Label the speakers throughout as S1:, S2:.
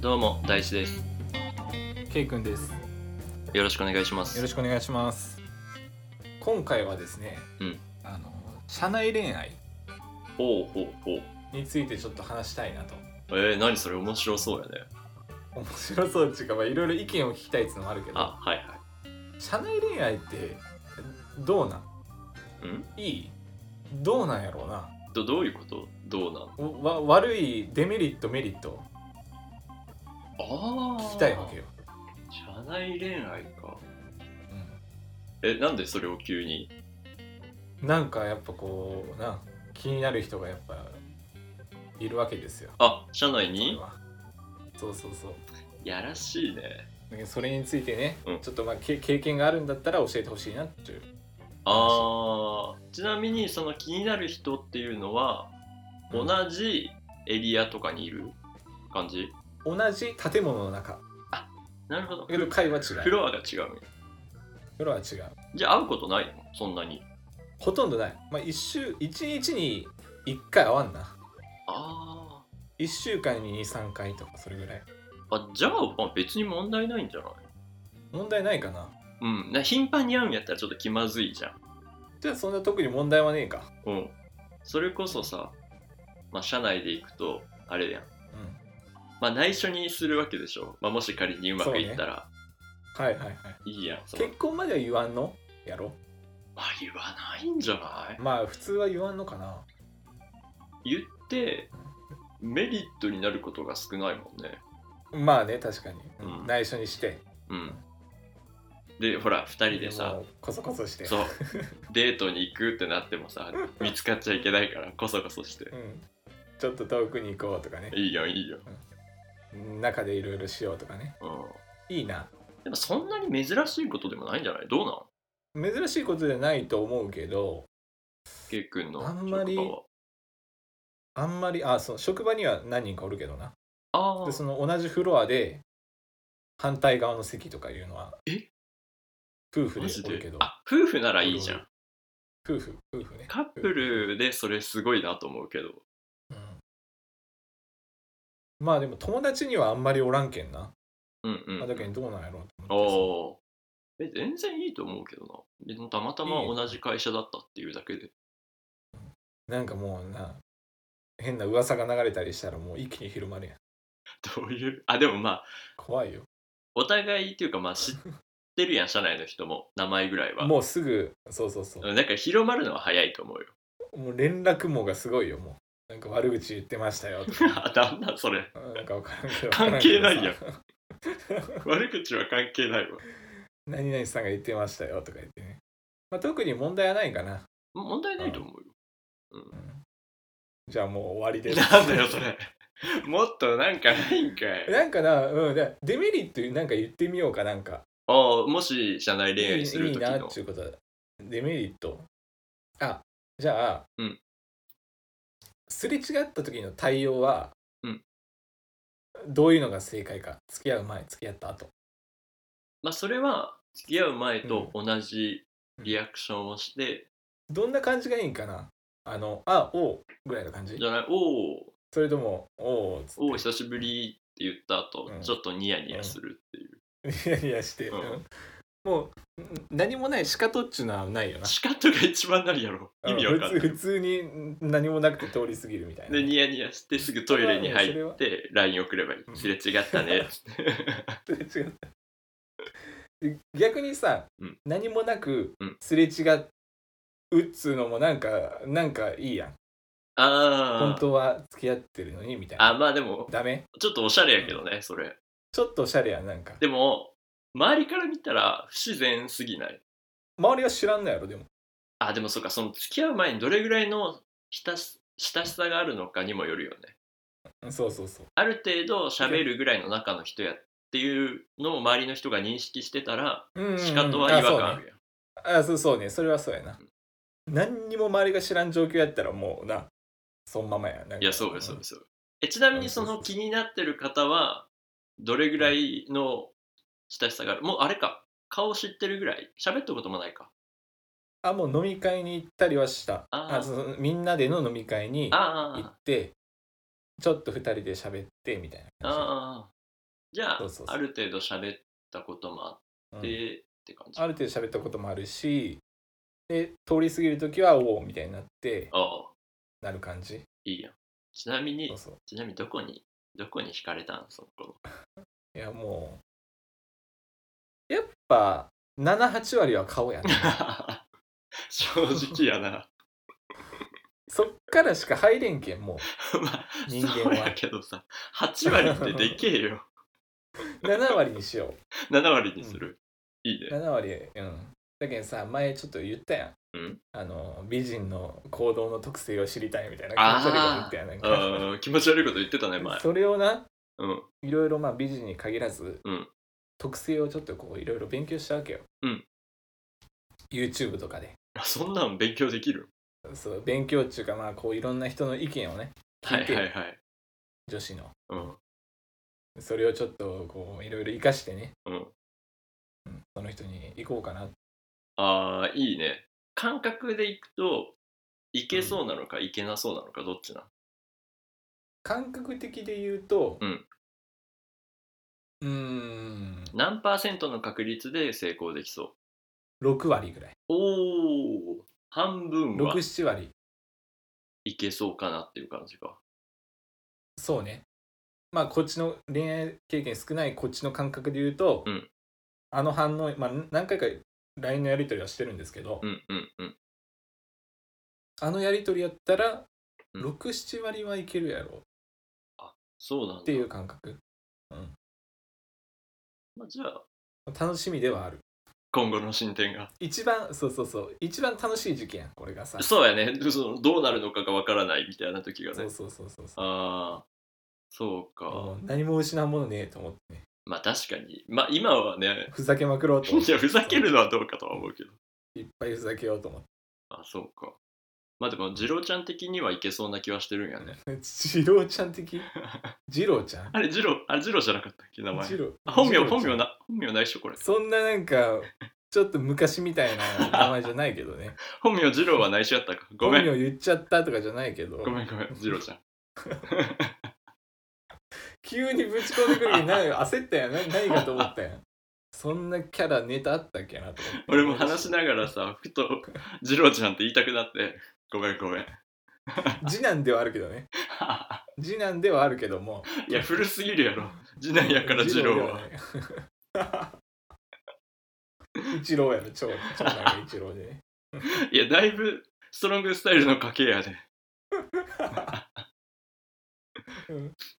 S1: どうも大志です
S2: ケイくんです。
S1: よろしくお願いしま
S2: よ
S1: す
S2: ろしくお願いします。今回はですね、
S1: うん
S2: あの社内恋愛
S1: ほうほうほう
S2: についてちょっと話したいなと。
S1: えー、何それ面白そうやね
S2: 面白そうっていうか、まあいろいろ意見を聞きたいっていうのもあるけど、
S1: あはいは
S2: 社内恋愛ってどうなん？
S1: いうん
S2: いい？どうなんやろうな。
S1: どどういうことどうなの
S2: おわ悪いデメリットメリット
S1: ああ
S2: 聞きたいわけよ。
S1: 社内恋愛か
S2: うん
S1: えなんでそれを急に
S2: なんかやっぱこうな気になる人がやっぱいるわけですよ。
S1: あ社内
S2: それ
S1: に
S2: はそうそうそう。
S1: やらしいね
S2: ねそれについてね、
S1: うん
S2: ちょっとまあけ経験があるんだったら教えてほしいなっていう
S1: あーちなみにその気になる人っていうのは同じエリアとかにいる感じ
S2: 同じ建物の中だ
S1: なるほど
S2: けど会話違
S1: フ
S2: う
S1: ロアが違うみたい
S2: フロアは違う
S1: じゃあ会うことないのそんなに
S2: ほとんどないまあ一週一日に一回会わんな
S1: あ
S2: 一週間に23回とかそれぐらい
S1: ーあじゃあまあ別に問題ないんじゃない
S2: 問題ないかな
S1: うん、な頻繁に会うんやったらちょっと気まずいじゃん。
S2: じゃあそんな特に問題はねえか
S1: うん。それこそさ、まあ、社内で行くと、あれやん。
S2: うん
S1: まあ、内緒にするわけでしょ。まあ、もし仮にうまくいったら、
S2: はいはいはい
S1: いいやん。その
S2: 結婚までは言わんのやろ
S1: まあ、言わないんじゃない
S2: まあ普通は言わんのかな
S1: 言って、メリットになることが少ないもんね。
S2: まあね確かに、
S1: うん
S2: 内緒にして
S1: うん。で、ほら、2人でさ
S2: も、うコソコソして
S1: そう、デートに行くってなってもさ、見つかっちゃいけないから、こそこそして
S2: う、。ん、ちょっと遠くに行こうとかね
S1: いいよ、いいよ。
S2: 中でいろいろしようとかね
S1: うん。
S2: いいな
S1: でも、そんなに珍しいことでもないんじゃないどうなん
S2: 珍しいことじゃないと思うけど
S1: ケイ君の
S2: あんまり
S1: 職場は
S2: あんまりあそう職場には何人かおるけどな
S1: あ
S2: で
S1: あ
S2: その同じフロアで反対側の席とかいうのは
S1: え
S2: 夫婦
S1: マ
S2: で
S1: ジ
S2: おるけ
S1: で
S2: ど
S1: あ夫婦ならいいじゃん
S2: 夫婦夫婦ね
S1: カップルでそれすごいなと思うけど
S2: うんまあでも友達にはあんまりおらんけんな、
S1: うんうん、
S2: まあ、だけどどうなんやろう
S1: お
S2: と思って
S1: おーえ全然いいと思うけどな別にたまたま同じ会社だったっていうだけで
S2: さなんかもうな変な噂が流れたりしたらもう一気に広まるやん
S1: どういうあでもまあ
S2: 怖いよ
S1: お互いっていう かまあ知ってるやん社内の人も名前ぐらいは
S2: もうすぐそうそうそう
S1: うんなんか広まるのは早いと思うよ
S2: もう連絡網がすごいよもうなんか悪口言ってましたよとか
S1: あなんだそれ
S2: なんか分からんけど
S1: 関係ないやん
S2: 分からんけどさ
S1: 悪口は関係ないわ
S2: 何々さんが言ってましたよとか言ってね、まあ、特に問題はないかな、
S1: 問題ないと思うよ
S2: うんじゃあもう終わりです
S1: なんだよそれもっとなんかないんかい
S2: なんかな、うん、でデメリットなんか言ってみようかなんか
S1: ああ、もし社内恋愛する
S2: いいいい
S1: 時
S2: な
S1: の
S2: っていうことだデメリットあじゃあ、
S1: うん
S2: すれ違った時の対応は、
S1: うん
S2: どういうのが正解か付き合う前付き合った後
S1: まあそれは付き合う前と同じリアクションをして、
S2: どんな感じがいいんかなあの、あ、おうぐらいの感じ
S1: じゃない、おお、
S2: それとも、おうっつって。
S1: おお、久しぶりって言った後、
S2: うん
S1: ちょっとニヤニヤするっていう。
S2: いやいやして。
S1: うん
S2: うんもう、ん何もない、しかとっちゅうのはないよな。
S1: シカッとが一番なるやろ。意味わかん
S2: うん
S1: な
S2: 普通
S1: い。
S2: 普通にん何もなくて通り過ぎるみたいな。
S1: で、ニヤニヤしてすぐトイレに入
S2: それは
S1: っ
S2: そ
S1: て、LINE 送ればいい。
S2: うん
S1: すれ違ったね。 つって
S2: 違う で逆にさ、
S1: うん
S2: 何もなく
S1: うん
S2: すれ違うっつうのもなんか、なんかいいやん。本
S1: ああ、
S2: 当は付き合ってるのにみたいな。
S1: あ、まあでも、
S2: ダメ
S1: ちょっとおしゃれやけどね、それ。
S2: ちょっとおしゃれやん、なんか。
S1: でも、周りから見たら不自然すぎない。
S2: 周りは知らんのやろ、でも。
S1: あ、でもそうか、その付き合う前にどれぐらいの親し親しさがあるのかにもよるよね。
S2: うんそうそうそう。
S1: ある程度喋るぐらいの中の人やっていうのを周りの人が認識してたら、
S2: うんうん
S1: 仕方は違和感あ
S2: あそうね
S1: るやん。
S2: あそうそうねそれはそうやな何にも周りが知らん状況やったらもうなそのままやなんか
S1: いや、そうです、そうです。そうですえちなみにその気になってる方は、どれぐらいの親しさがあるもうあれか、顔知ってるぐらい喋ったこともないか。
S2: あもう飲み会に行ったりはした
S1: あー
S2: あそうそうみんなでの飲み会に行
S1: あ
S2: ってちょっと2人で喋ってみたい
S1: あ、あ
S2: な感
S1: あ、じゃあ
S2: そうそうそう
S1: ある程度喋ったこともあ
S2: うん
S1: って、って感じ
S2: ある程度喋ったこともあるしで通り過ぎる時はおおみたいになって
S1: ああ
S2: なる感じ
S1: いいやんちなみに
S2: そうそう
S1: ちなみにどこにどこに惹かれたんその 頃
S2: いやもうやっぱ78割は 顔やね
S1: 正直やな
S2: そっからしか入れんけんも
S1: まあ
S2: 人間は
S1: そうやけどさ8割ってでけえよ
S2: う7割にしよ
S1: 7割にする、いいうね
S2: 7割うんだけどさ前ちょっと言ったやん
S1: うん
S2: あの美人の行動の特性を知りたいみたいな感じで言ったやんなんか
S1: あー気持ち悪いこと言ってたね前
S2: それをな
S1: うん
S2: いろいろまあ美人に限らず、
S1: うん
S2: 特性をちょっとこういろいろ勉強したわけよ、
S1: うん、
S2: YouTube とかで
S1: あそんなん勉強できる
S2: そう勉強っていうかまあこういろんな人の意見をね
S1: は
S2: 聞い
S1: い
S2: て
S1: はいはい
S2: 女子の
S1: うん
S2: それをちょっとこういろいろ活かしてね、
S1: うん
S2: うんその人に行こうかな
S1: ああいいね感覚でいくといけそうなのか、いけなそうなのかどっちな
S2: 感覚的で言うと
S1: うん
S2: うーん
S1: 何パーセントの確率で成功できそう
S2: 6割ぐらい
S1: おお半分は
S2: 67割
S1: いけそうかなっていう感じか
S2: そうねまあこっちの恋愛経験少ないこっちの感覚で言うと、
S1: うん
S2: あの反応、まあ、何回か LINE のやり取りはしてるんですけど、
S1: うんうんうん
S2: あのやり取りやったら
S1: うん
S2: 67割はいけるやろっ
S1: そうなんだ
S2: ていう感覚
S1: まあ、じゃあ
S2: 楽しみではある
S1: 今後の進展が
S2: 一番そうそうそう一番楽しい時期やんこれがさ
S1: そうやねそのどうなるのかがわからないみたいな時が
S2: そ
S1: ね
S2: うそうそうそうそう
S1: ああそうか、
S2: もう何も失うものねえと思ってね
S1: まあ確かにまあ今はね
S2: ふざけまくろうと思っ
S1: い
S2: て
S1: やふざけるのはどうかとは思うけど
S2: いっぱいふざけようと思っ
S1: あそうかまあでも次郎ちゃん的にはいけそうな気はしてるんやね
S2: て次郎ちゃん的次郎ちゃん
S1: あれ、ジロー、あれ、ジローじゃなかったっけ、名前。
S2: 次郎
S1: あ本名、
S2: 次郎ちゃん
S1: 本名な、本名ないっしょ、これ。
S2: そんななんかちょっと昔みたい な名前じゃないけどね
S1: 本名、ジローは内緒やったか。ごめん、
S2: 本名言っちゃったとかじゃないけど
S1: ごめん、ごめん、ジローちゃん。
S2: 急にぶち込んでくるけど何焦ったやん何何かと思ったやんそんなキャラネタあったっけなと思って
S1: 俺も話しながらさ、ふと、ジローちゃんって言いたくなって、ごめん、ごめん。
S2: 次男ではあるけどね次男ではあるけども
S1: いや、古すぎるやろ。次男やから、ジローは。
S2: は 一郎やろ長長男が一郎でね
S1: いや、だいぶ、ストロングスタイルの家系やで。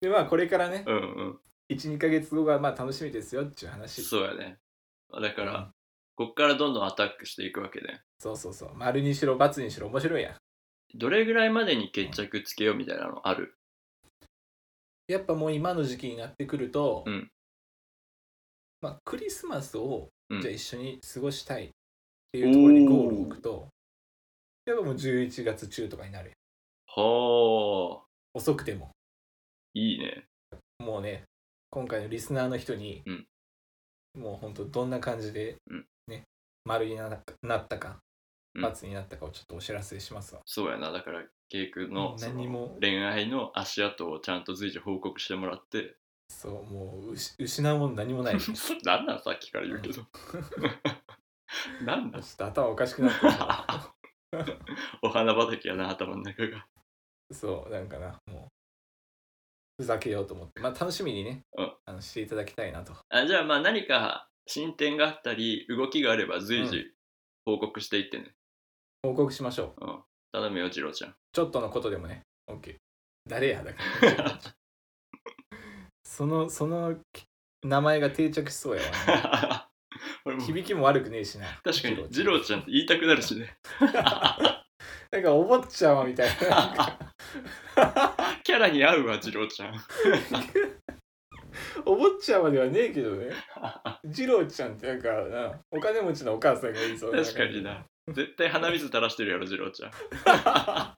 S2: でまあこれからね
S1: うんうん。
S2: 12か月後がまあ楽しみですよっていう話
S1: そうやね。まあだか
S2: う
S1: ら
S2: ん、
S1: こっからどんどんアタックしていくわけで。
S2: そうそうそう丸にしろ×にしろ面白いやん
S1: どれぐらいまでに決着つけようみたいなのある
S2: やっぱもう今の時期になってくると、
S1: うん
S2: まあ、クリスマスを
S1: うん
S2: じゃあ一緒に過ごしたいっていうところにゴールを置くと、やっぱもう11月中とかになるよ
S1: はあ、
S2: 遅くても
S1: いいね。
S2: もうね今回のリスナーの人に、
S1: うん
S2: もうほんとどんな感じで
S1: うん、
S2: ね丸にななったか
S1: うん
S2: ×になったかをちょっとお知らせしますわ、
S1: そうやなだから圭君
S2: う
S1: の
S2: ん
S1: その
S2: 何も
S1: 恋愛の足跡をちゃんと随時報告してもらって
S2: そうもううし失うもの何もな いちょっ
S1: 何なんさっきから言うけど なんだ
S2: と頭おかしくなってる
S1: お花畑やな頭の中が
S2: そうなんかなもうふざけようと思ってまあ楽しみにね、
S1: うん
S2: あのしていただきたいなと
S1: あじゃあまあ何か進展があったり動きがあれば随時報告していってね、
S2: 報告しましょう
S1: うん頼むよ次郎ちゃん
S2: ちょっとのことでもね OK 誰や だからそのそのき名前が定着しそうやわ、ね、
S1: 俺も
S2: 響きも悪くねえしな
S1: 確かに
S2: ジ
S1: 次
S2: ロ
S1: 郎ちゃんって言いたくなるしね
S2: なんかお坊ちゃまみたいなな んか
S1: キャラに合うわ次郎 ちゃん
S2: お坊ちゃまではねえけどねジローちゃんってなんかなお金持ちのお母さんがいいそう
S1: 確かにな絶対鼻水垂らしてるやろ次郎ちゃん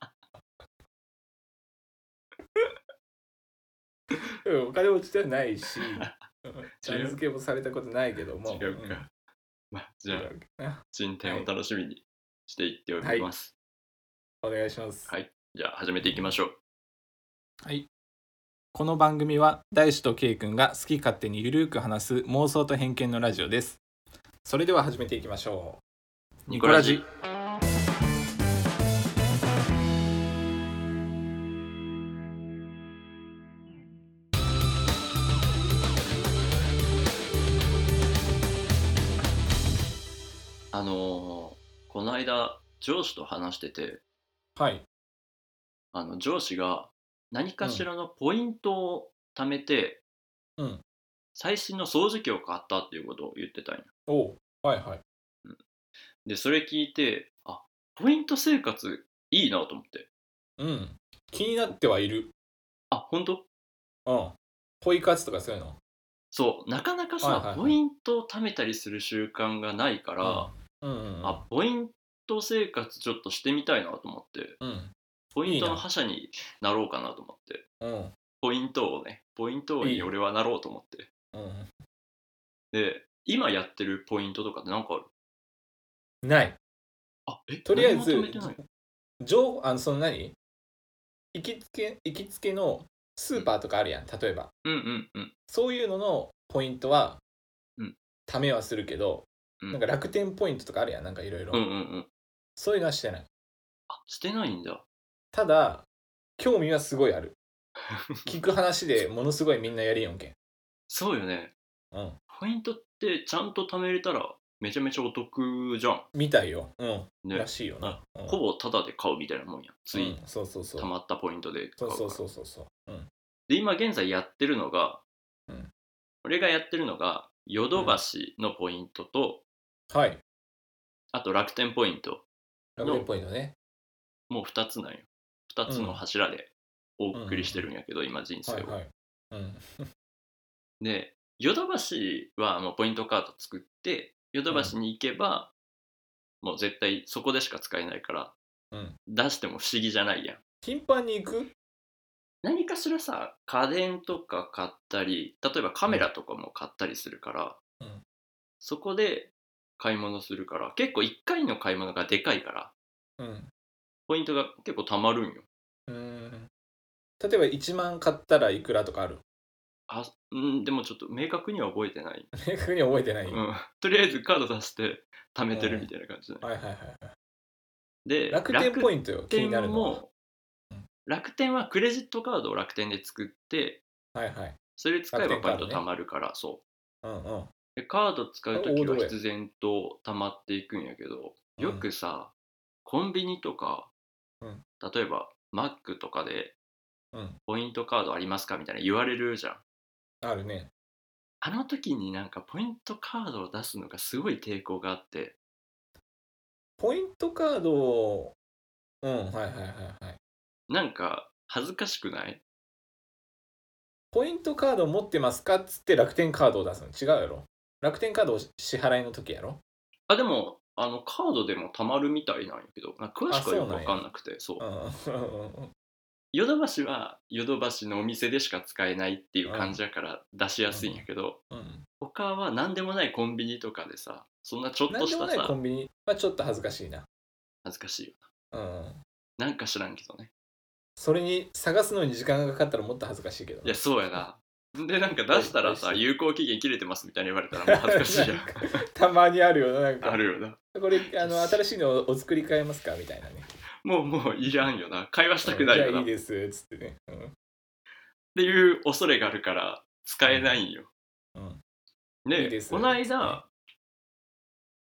S2: うんお金持ちではない しちゃん付けもされたことないけども
S1: 違うか、まあじゃあ
S2: うん
S1: 進展を楽しみにしていっております、
S2: お願いします
S1: はいじゃあ始めていきましょう
S2: この番組は大志と K 君が好き勝手にゆるく話す妄想と偏見のラジオですそれでは始めていきましょう
S1: ニコラジあのーこの間上司と話してて
S2: はい
S1: あの上司が何かしらのポイントを貯めて、
S2: うん
S1: 最新の掃除機を買ったっていうことを言ってたんや
S2: おうはいはい
S1: でそれ聞いてあポイント生活いいなと思って
S2: うん気になってはいる
S1: あ本当
S2: うんポイ活とかそういうの
S1: そうなかなかさ、
S2: はいはいはい
S1: ポイントを貯めたりする習慣がないから、
S2: うんうん
S1: あポイント生活ちょっとしてみたいなと思って
S2: うん
S1: ポイント
S2: いい
S1: の
S2: な
S1: 覇者になろうかなと思って
S2: うん
S1: ポイントをねポイント王
S2: いい
S1: に俺はなろうと思って
S2: うん
S1: で今やってるポイントとかって何かある
S2: ない
S1: あえ
S2: とりあえず
S1: 何も止めてない
S2: 情報あのその何行きつけ行きつけのスーパーとかあるやん例えば
S1: うんうんうん
S2: そういうののポイントは、
S1: うん
S2: ためはするけど、
S1: うん
S2: なんか楽天ポイントとかあるやんなんかいろいろ
S1: うんうんうん
S2: そういうのはしてない
S1: あしてないんだ
S2: ただ興味はすごいあ る聞く話でものすごいみんなやりよんけん
S1: そうよね
S2: うん
S1: ポイントってちゃんと貯めれたらめちゃめちゃお得じゃん
S2: みたいよ、うん
S1: ね
S2: らしいよな、うん
S1: ほぼタダで買うみたいなもんやつい
S2: うんそうそうそう
S1: 貯まったポイントで買うか
S2: そ
S1: ら
S2: うそうそうそうそううん
S1: で今現在やってるのが、
S2: うん
S1: 俺がやってるのがヨドバシのポイントと、
S2: はい
S1: あと楽天ポイント
S2: 楽天ポイントね
S1: もう2つなんよ2つの柱でお送りしてるんやけど、今人生を、
S2: はいはいうん
S1: でヨドバシはもうポイントカード作ってヨドバシに行けば、もう絶対そこでしか使えないから、
S2: うん
S1: 出しても不思議じゃないやん
S2: 頻繁に行く
S1: 何かしらさ家電とか買ったり例えばカメラとかも買ったりするから、
S2: うん
S1: そこで買い物するから結構1回の買い物がでかいから
S2: うん
S1: ポイントが結構たまるんよ
S2: うん例えば1万買ったらいくらとかある
S1: あうんでもちょっと明確には覚えてない、
S2: 明確に覚えてない、
S1: う
S2: はい
S1: ん、 とりあえずカード出して貯めてるみたいな感じだね、
S2: はいはいはい
S1: で
S2: 楽天ポイントよ
S1: 楽
S2: 気に
S1: 天
S2: なるのは
S1: も楽天はクレジットカードを楽天で作って
S2: はいはい
S1: それ使えば
S2: 楽天
S1: ポ
S2: カ
S1: イ
S2: ー
S1: ン
S2: ド
S1: ト
S2: ね
S1: たまるから、そう
S2: うんうん
S1: でカード使うとき
S2: 王
S1: は
S2: 道や
S1: 必然と溜まっていくんやけど
S2: うん
S1: よくさ、コンビニとか、
S2: うん
S1: 例えばマックとかで
S2: うん
S1: ポイントカードありますかみたいな言われるじゃん
S2: あるね
S1: あの時になんかポイントカードを出すのがすごい抵抗があって
S2: ポイントカードをうんはいはいはいはい
S1: なんか恥ずかしくない
S2: ポイントカード持ってますかっつって楽天カードを出すの違うやろ楽天カードを支払いの時やろ
S1: あでもあのカードでも溜まるみたいなんやけどなんか詳しくはよく
S2: あそうなん
S1: 分
S2: や
S1: かんなくてそう
S2: うんうんうんうん
S1: ヨドバシはヨドバシのお店でしか使えないっていう感じやから出しやすいんやけど、
S2: うん
S1: 他は何でもないコンビニとかでさそんなちょっと
S2: 何
S1: し
S2: で
S1: た
S2: もないコ
S1: さ
S2: ンビニはちょっと恥ずかしいな
S1: 恥ずかしいよ
S2: うん
S1: ななんか知らんけどね
S2: それに探すのに時間がかかったらもっと恥ずかしいけど
S1: いやそうやなでなんか出したらさ
S2: はい
S1: 有効期限切れてますみたいに言われたらもう恥ずかしいや
S2: なんかたまにあるよななん
S1: ん
S2: か
S1: あるよな
S2: これあの新しいのをお作り変えますかみたいなね
S1: もうもういらんよな会話したくない
S2: う
S1: よ
S2: んじゃあ
S1: ない
S2: い
S1: っ
S2: ですっつってね、
S1: ていう恐れがあるから使えないんよ
S2: うんうん、
S1: で
S2: いいです
S1: この
S2: ね
S1: 間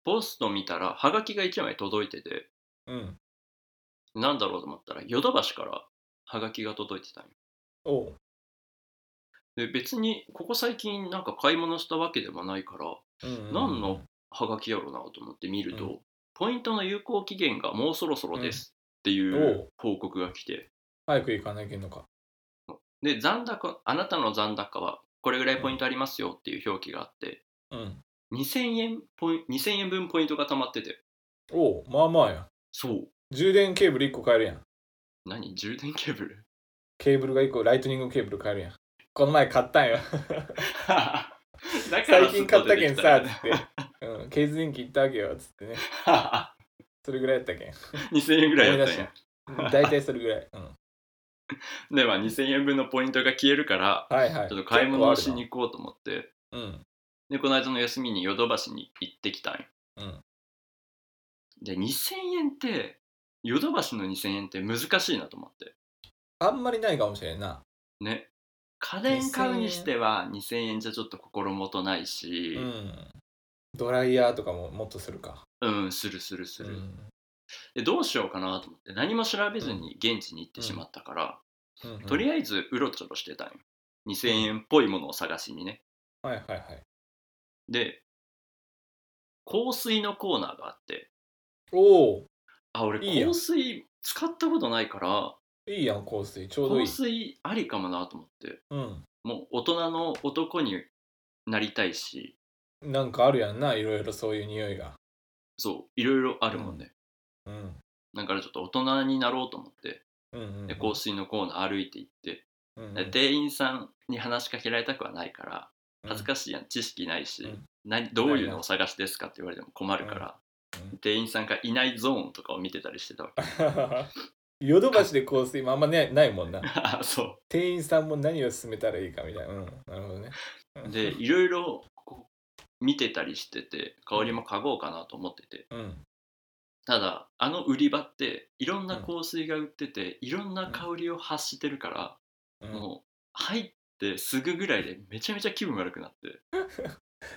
S1: ポスト見たらハガキが1枚届いてて
S2: うん。
S1: なんだろうと思ったらヨドバシからハガキが届いてたんよ
S2: おう。
S1: で別にここ最近なんか買い物したわけでもないから
S2: うん
S1: 何のハガキやろうなと思って見ると、
S2: うん
S1: ポイントの有効期限がもうそろそろですっていう
S2: おう
S1: 報告が来て、
S2: 早く行かなきゃいけんのか。
S1: で残高あなたの残高はこれぐらいポイントありますよっていう表記があって
S2: うん。
S1: 2000円ポイン2000円分ポイントが貯まってて
S2: おう、まあまあや。
S1: そう
S2: 充電ケーブル1個買えるやん。
S1: 何充電ケーブ ル
S2: ケーブルが1個、ライトニングケーブル買えるやん。この前買ったん よ。
S1: だから
S2: 最近買ったけんさ、
S1: 外でで
S2: つって。うん、ケーズ電気行ったわけよ、つってね。
S1: きたら
S2: それぐらいやったけん。
S1: 2000円ぐらいやったん
S2: 思い出
S1: や
S2: 大体それぐらい。うん。
S1: では2000円分のポイントが消えるから
S2: はいはい。
S1: ちょっと買い物をし
S2: 結
S1: に行こうと思って
S2: 構あるな。
S1: でこの間の休みにヨドバシに行ってきたんよ
S2: うん。うん。
S1: で2000円ってヨドバシの2000円って難しいなと思って
S2: あんまりないかもしれんな。
S1: ね家電買うにしては2000円じゃちょっと心もとないうし
S2: ん。ドライヤーとかももっとするか。
S1: うん、するするす
S2: う
S1: る、
S2: ん。
S1: でどうしようかなと思って何も調べずに現地に行ってしまったから、
S2: うん
S1: とりあえずうろちょろしてたんよ2000円っぽいものを探しにね
S2: はいはいはい。
S1: で香水のコーナーがあって
S2: おお
S1: あ俺
S2: いいやん
S1: 香水使ったことないから
S2: いいやん、香水。ちょうどいい
S1: 香。水ありかもなと思って
S2: うん。
S1: もう大人の男になりたいし
S2: なんかあるやんな、いろいろそういう匂いが。
S1: そういろいろあるもんね、
S2: うん。
S1: だからちょっと大人になろうと思って
S2: うんうん。
S1: で香水のコーナー歩いて行って
S2: うんうん。
S1: で店員さんに話しかけられたくはないから恥ず
S2: し
S1: かしいやん知識ないし、
S2: うん
S1: 何どういうのを探しですかって言われても困るから、
S2: うんうん
S1: 店員さんがいないゾーンとかを見てたりしてたわけ
S2: い。 ヨドバシで香水もあんまねないもんな。
S1: あそ
S2: 店員さんも何を勧めたらいいかみたいな。うん。なるほどね。
S1: うでいろいろこう見てたりしてて香りも嗅ごうかなと思ってて
S2: うん。
S1: ただあの売り場っていろんな香水が売ってていろんな香りを発してるから、
S2: うん、
S1: もう入ってすぐぐらいでめちゃめちゃ気分悪くなって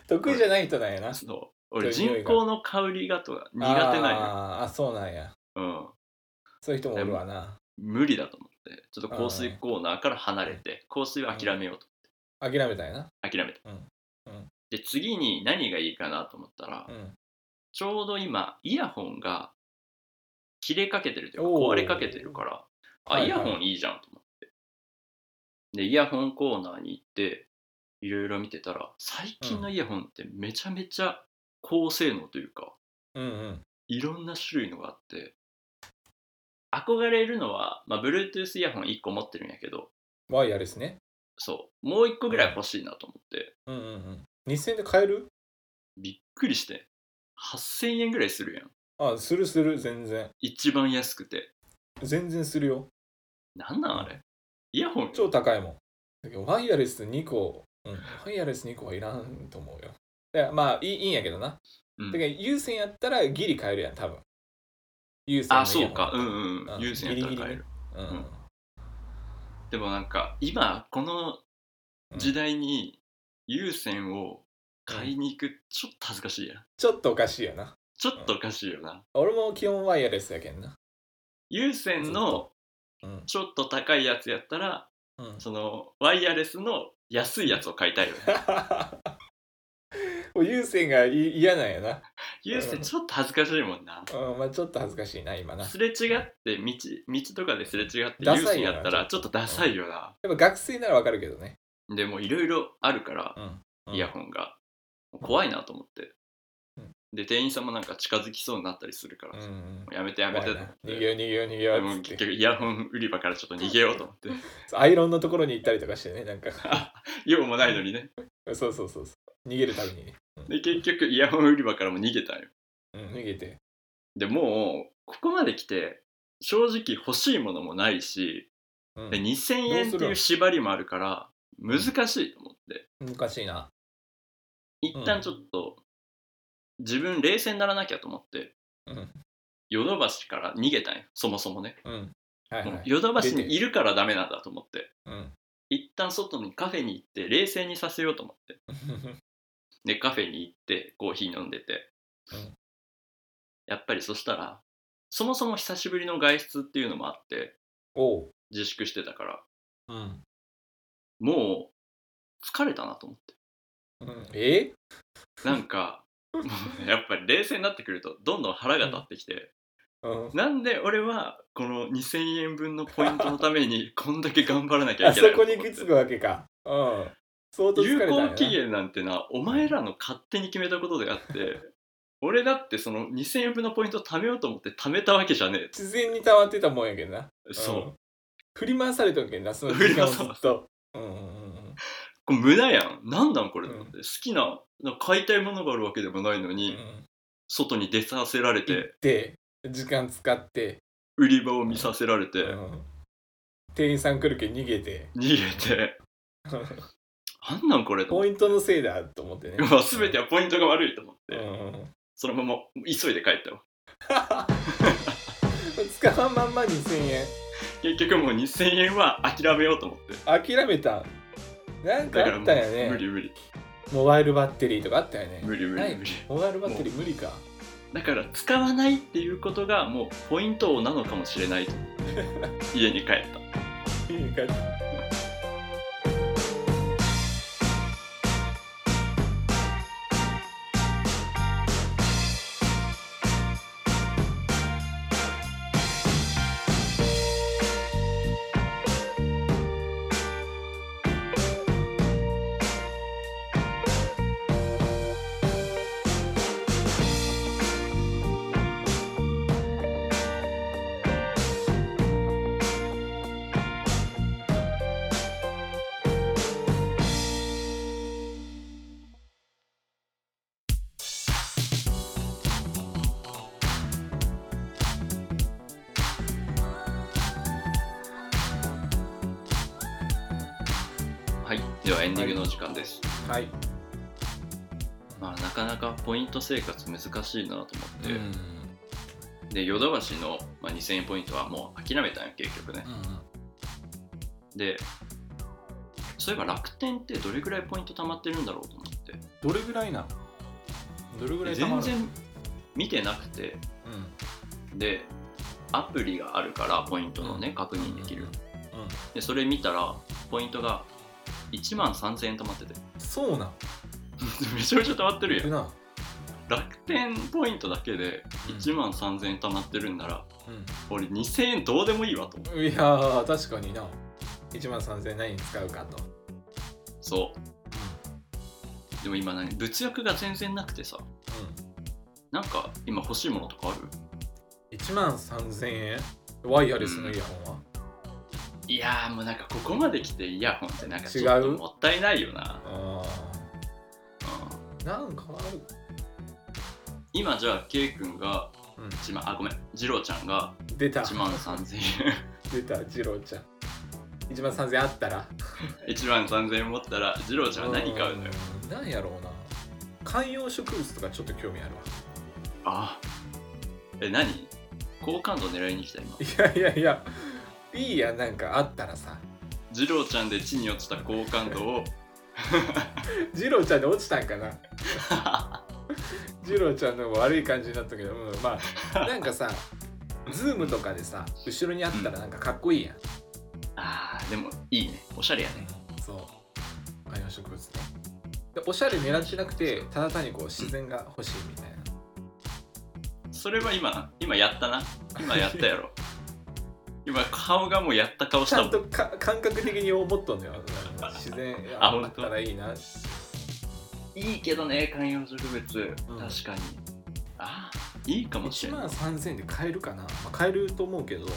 S2: 得意じゃない人なんやな。
S1: そう俺
S2: そういう匂
S1: 人
S2: いが
S1: 工の香りがとか苦手なんよ、
S2: あーあ、そうなんや。
S1: うん、
S2: そういう人もおるわな。
S1: 無理だと思ってちょっと香水コーナーから離れて香水は諦めようと
S2: 諦めたんやな。
S1: 諦めて、
S2: うんうん
S1: で次に何がいいかなと思ったら、
S2: うん。
S1: ちょうど今イヤホンが切れかけてるというか
S2: おー
S1: 壊れかけてるからあ、
S2: はいはい
S1: イヤホンいいじゃんと思ってでイヤホンコーナーに行っていろいろ見てたら最近のイヤホンってめちゃめちゃ高性能というか、
S2: うんうん。
S1: いろんな種類のがあって憧れるのは、まあ、Bluetooth イヤホン1個持ってるんやけど
S2: ワイヤレスね。
S1: そう。もう一個ぐらい欲しいなと思って、
S2: うんうんうん。2000円で買える
S1: びっくりして。8000円ぐらいするやん。
S2: あ、するする、全然。
S1: 一番安くて。
S2: 全然するよ。
S1: なんなんあれイヤホン
S2: 超高いもん。だけどワイヤレス2個、うん、ワイヤレス2個はいらんと思うよ。だからまあいいいいんやけどな。
S1: うん
S2: だから優先やったらギリ買えるやん、多分。優先の
S1: あ、そうか。うんうん
S2: う
S1: うんん。優先やったら買え
S2: ギリギリね
S1: る。
S2: うん
S1: うんでもなんか、今、この時代に優先を買いに行く、ちょっと恥ずかしいやん。
S2: ちょっとおかしいよな。
S1: ちょっとおかしいよな。
S2: 俺も基本ワイヤレスやけんな。
S1: 優先の
S2: うん。
S1: ちょっと高いやつやったら、
S2: うん、
S1: その、ワイヤレスの安いやつを買いたいよね。
S2: もう優先がい嫌なんやな。
S1: 優先ちょっと恥ずかしいもんな。
S2: うん、まあちょっと恥ずかしいな、今な。や
S1: すれ違って道道とかですれ違って
S2: ダ
S1: 優
S2: サ
S1: 先
S2: いよな
S1: やったらちょっとダサいよな、
S2: っぱ学生ならわかるけどね。
S1: でもいろいろあるから
S2: うん。うん
S1: イヤホンが、怖いなと思って、
S2: うん
S1: で店員さんもなんか近づきそうになったりするから、
S2: うんう
S1: も
S2: ん。
S1: うやめてやめて
S2: 怖
S1: と
S2: い
S1: 思
S2: な
S1: っ
S2: 逃
S1: て
S2: げよう逃げよう逃げよ
S1: で
S2: う
S1: も
S2: っつ
S1: 結
S2: って
S1: 局イヤホン売り場からちょっと逃げようと思って
S2: アイロンのところに行ったりとかしてねなんか
S1: 用もないのにね
S2: そうそうそうそう逃げるためにね、
S1: で結局イヤホン売り場からも逃げたんよ
S2: うん、逃げて
S1: でもうここまで来て正直欲しいものもないし、
S2: うん
S1: で2000円って
S2: ど
S1: いうう
S2: す
S1: 縛りもあるから難しいと思って、
S2: 難しいな
S1: 一旦ちょっと、自分冷静にならなきゃと思って
S2: うん
S1: ヨドバシから逃げたんよそもそもね
S2: うんはい
S1: も
S2: は
S1: う
S2: い
S1: ヨドバシにいるからダメなんだと思って
S2: うん
S1: 一旦外にカフェに行って冷静にさせようと思ってでカフェに行ってコーヒー飲んでて、
S2: うん
S1: やっぱりそしたらそもそも久しぶりの外出っていうのもあって
S2: おう
S1: 自粛してたから
S2: うん、
S1: もう疲れたなと思って
S2: うん、え
S1: なん かもうやっぱり冷静になってくるとどんどん腹が立ってきて、
S2: うん
S1: なんで俺はこの2000円分のポイントのためにこんだけ頑張らなきゃ
S2: あ
S1: いけ
S2: そ
S1: ない
S2: こに行き着くわけかうん相当疲
S1: 有
S2: れたんや
S1: 効
S2: な
S1: 期限なんてなお前らの勝手に決めたことであっ て俺だってその2000円分のポイント貯めようと思って貯めたわけじゃね
S2: 自然に溜まってたもんやけどな、
S1: えそう、
S2: ん振り回されたんけんなその時間 をずっとうんうんうん
S1: これ無駄やんなんなんこれ、
S2: うん
S1: 好きななんか買いたいものがあるわけでもないの
S2: う
S1: に、
S2: ん
S1: 外に出させられ
S2: 行ってて時間使って、
S1: 売り場を見させられて、
S2: うん店員さん来るけん逃げて
S1: 逃げてなんなんこれと
S2: ポ
S1: 思っ
S2: イントのせいだと思ってね
S1: て まあ全てはポイントが悪いと思っ
S2: う
S1: て
S2: ん
S1: そのまま急いで帰ったわ
S2: 使わんまんま2000円
S1: 結局もう2000円は諦めようと思って
S2: 諦めたなんか
S1: だからも
S2: あっ
S1: う
S2: たよね
S1: 無理無理
S2: モバイルバッテリーとかあったよね
S1: 無理無
S2: な
S1: 理
S2: い
S1: 無理
S2: モバイルバッテリー無理か
S1: だから使わないっていうことがもうポイントなのかもしれない と思って家に帰った
S2: いい感じ
S1: はいではエンディングのお時間です、
S2: はい
S1: まあなかなかポイント生活難しいなと思って、
S2: うん
S1: でヨドバシの、まあ、2000円ポイントはもう諦めたんよ結局ねでそういえば楽天ってどれぐらいポイント貯まってるんだろうと思って
S2: どれぐらいなのどれぐらい貯ま
S1: 全
S2: る
S1: 然見てなくてでアプリがあるからポイントのね確認できる
S2: うん、うん
S1: でそれ見たらポイントが1万3000円貯まってて
S2: そうなん
S1: めちゃめちゃ貯まってるや
S2: 行く
S1: ん
S2: な
S1: 楽天ポイントだけで1万3000円貯まってるんなら俺2000円どうでもいいわと思う
S2: うんいやー確かにな1万3000円何に使うかと
S1: そうでも今何物欲が全然なくてさなんか今欲しいものとかある
S2: うん1万3000円ワイヤレスのイヤホン
S1: いやーもうなんかここまで来てイヤホンってなんかちょっと
S2: 違う
S1: もったいないよな、
S2: は、
S1: うん
S2: あーなんかある
S1: 今じゃあ K 君が
S2: うん
S1: 1万あごめん次郎ちゃんが
S2: 出た
S1: 1万3000円
S2: 出た次郎ちゃん1万3000円あったら
S1: 1万3000円持ったら次郎ちゃんは何買うのよ
S2: うんなんやろうな観葉植物とかちょっと興味あるわ
S1: あえ何好感度狙いに来た今
S2: い やいやいやいいやんなんかあったらさ
S1: 次郎ちゃんで地に落ちた好感度を
S2: 次郎ちゃんで落ちたんかな次郎ちゃんのも悪い感じになったけど、うん、まあなんかさズームとかでさ後ろにあったらなんかかっこいいやん、
S1: あーでもいいねおしゃれやね
S2: そう観葉植物ねでおしゃれ狙ってなくてただ単にこう自然が欲しいみたいな
S1: それは今今やったな今やったやろ 今顔がもうやった顔し
S2: ち
S1: た
S2: ゃ
S1: も
S2: ん
S1: ん
S2: とか感覚的に思っとんのよ自然
S1: あ
S2: あ
S1: 本
S2: あっ
S1: 当
S2: たらいいない
S1: いけどね観葉植物、
S2: うん
S1: 確かにあーいいかもし
S2: 1
S1: れ
S2: 万
S1: ない
S2: 3000円で買えるかな、まあ、買えると思うけど、う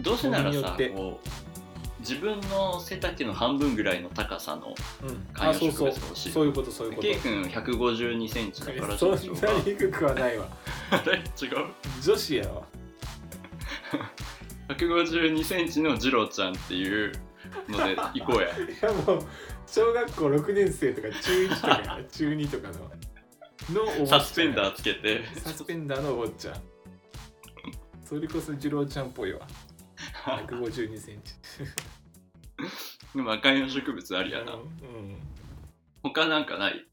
S1: どうせなら
S2: 人によ
S1: さ
S2: って
S1: こう自分の背丈の半分ぐらいの高さの
S2: んうん、
S1: 観葉
S2: あそ
S1: 植
S2: う
S1: 物
S2: そう
S1: が欲しい
S2: そういうことそういうこ
S1: K 君152センチだから
S2: とそんなに低くはないわ
S1: あれ違う
S2: 女子やわ
S1: 152センチの次郎ちゃんっていうので行こうや
S2: いやもう小学校6年生とか中1とか 中2とかののお坊ちゃん
S1: サスペンダーつけて
S2: サスペンダーのお坊ちゃんそれこそ次郎ちゃんっぽいわ1 5 2 センチ
S1: まあ観葉植物ありや
S2: う、
S1: なん他なんかない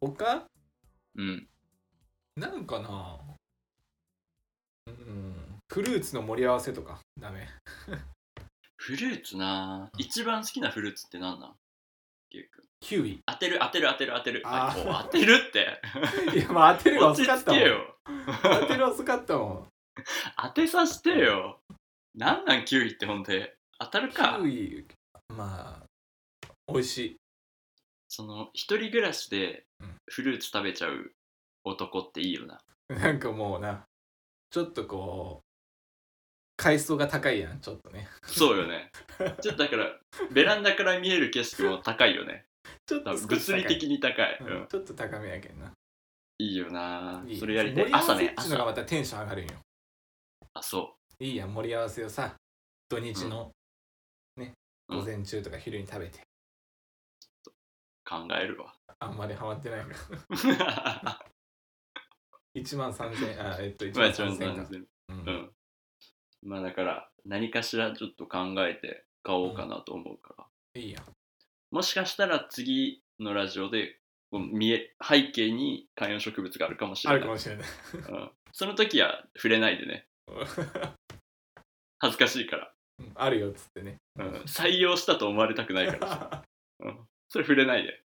S2: 他
S1: うん
S2: なんかなうんフルーツの盛り合わせとかダメ
S1: フルーツなあ一番好きなフルーツって何なんケイ君
S2: キウイ
S1: 当てる当てる当てる当てる
S2: あ
S1: あ
S2: ー
S1: もう当てるって
S2: いやまあ当てるは
S1: 落
S2: 遅
S1: ち
S2: か
S1: 着
S2: ったも
S1: け
S2: ん
S1: よ
S2: 当てるは遅かったもん
S1: 当てさせてよなんなんキウイってほんで当たるか
S2: キウイまあ美味しい
S1: その一人暮らしで
S2: うん
S1: フルーツ食べちゃう男っていいよな
S2: なんかもうなちょっとこう階層が高いやんちょっとね
S1: そうよ ね。ちょっとだから、ベランダから見える景色も高いよね。
S2: ちょっ
S1: 多
S2: と
S1: 分
S2: 少し
S1: 物
S2: 高い
S1: 理的に高い。う
S2: うん
S1: ん、
S2: ちょっと高めやけんない
S1: いよない
S2: い
S1: それやりたい
S2: 盛。り合わせ
S1: 朝ね、
S2: っちのが
S1: 朝。
S2: またテンション上がるんよ
S1: あ、そ
S2: いいやん盛り合わせをさ土日の
S1: うん
S2: 午前中とか昼に食べて、
S1: 考える わ
S2: あんまりハマってないから1万3000あえっと1
S1: ま
S2: 万
S1: あちょっと
S2: 3000か、う、
S1: うんんまあだから何かしらちょっと考えて買おうかなと思うから、
S2: いいやん
S1: もしかしたら次のラジオでこう見え背景に観葉植物があるかもし
S2: あ
S1: れ
S2: るか
S1: ない
S2: もしれない
S1: うん、その時は触れないで ね恥ずかしいから、
S2: うんあるよっつってね
S1: うん、採用したと思われたくないからさ、うん、それ触れないで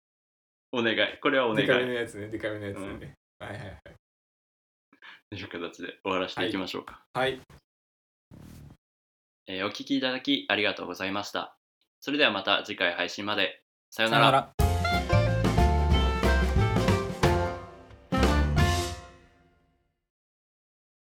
S1: お願いこれはお願
S2: デ
S1: い
S2: カめ
S1: と
S2: のやつねデカめのやつね、はいはいはい
S1: いう形で終わらせていきましょうか、
S2: はい
S1: えーお聞きいただきありがとうございましたそれではまた次回配信までさようなら
S2: ら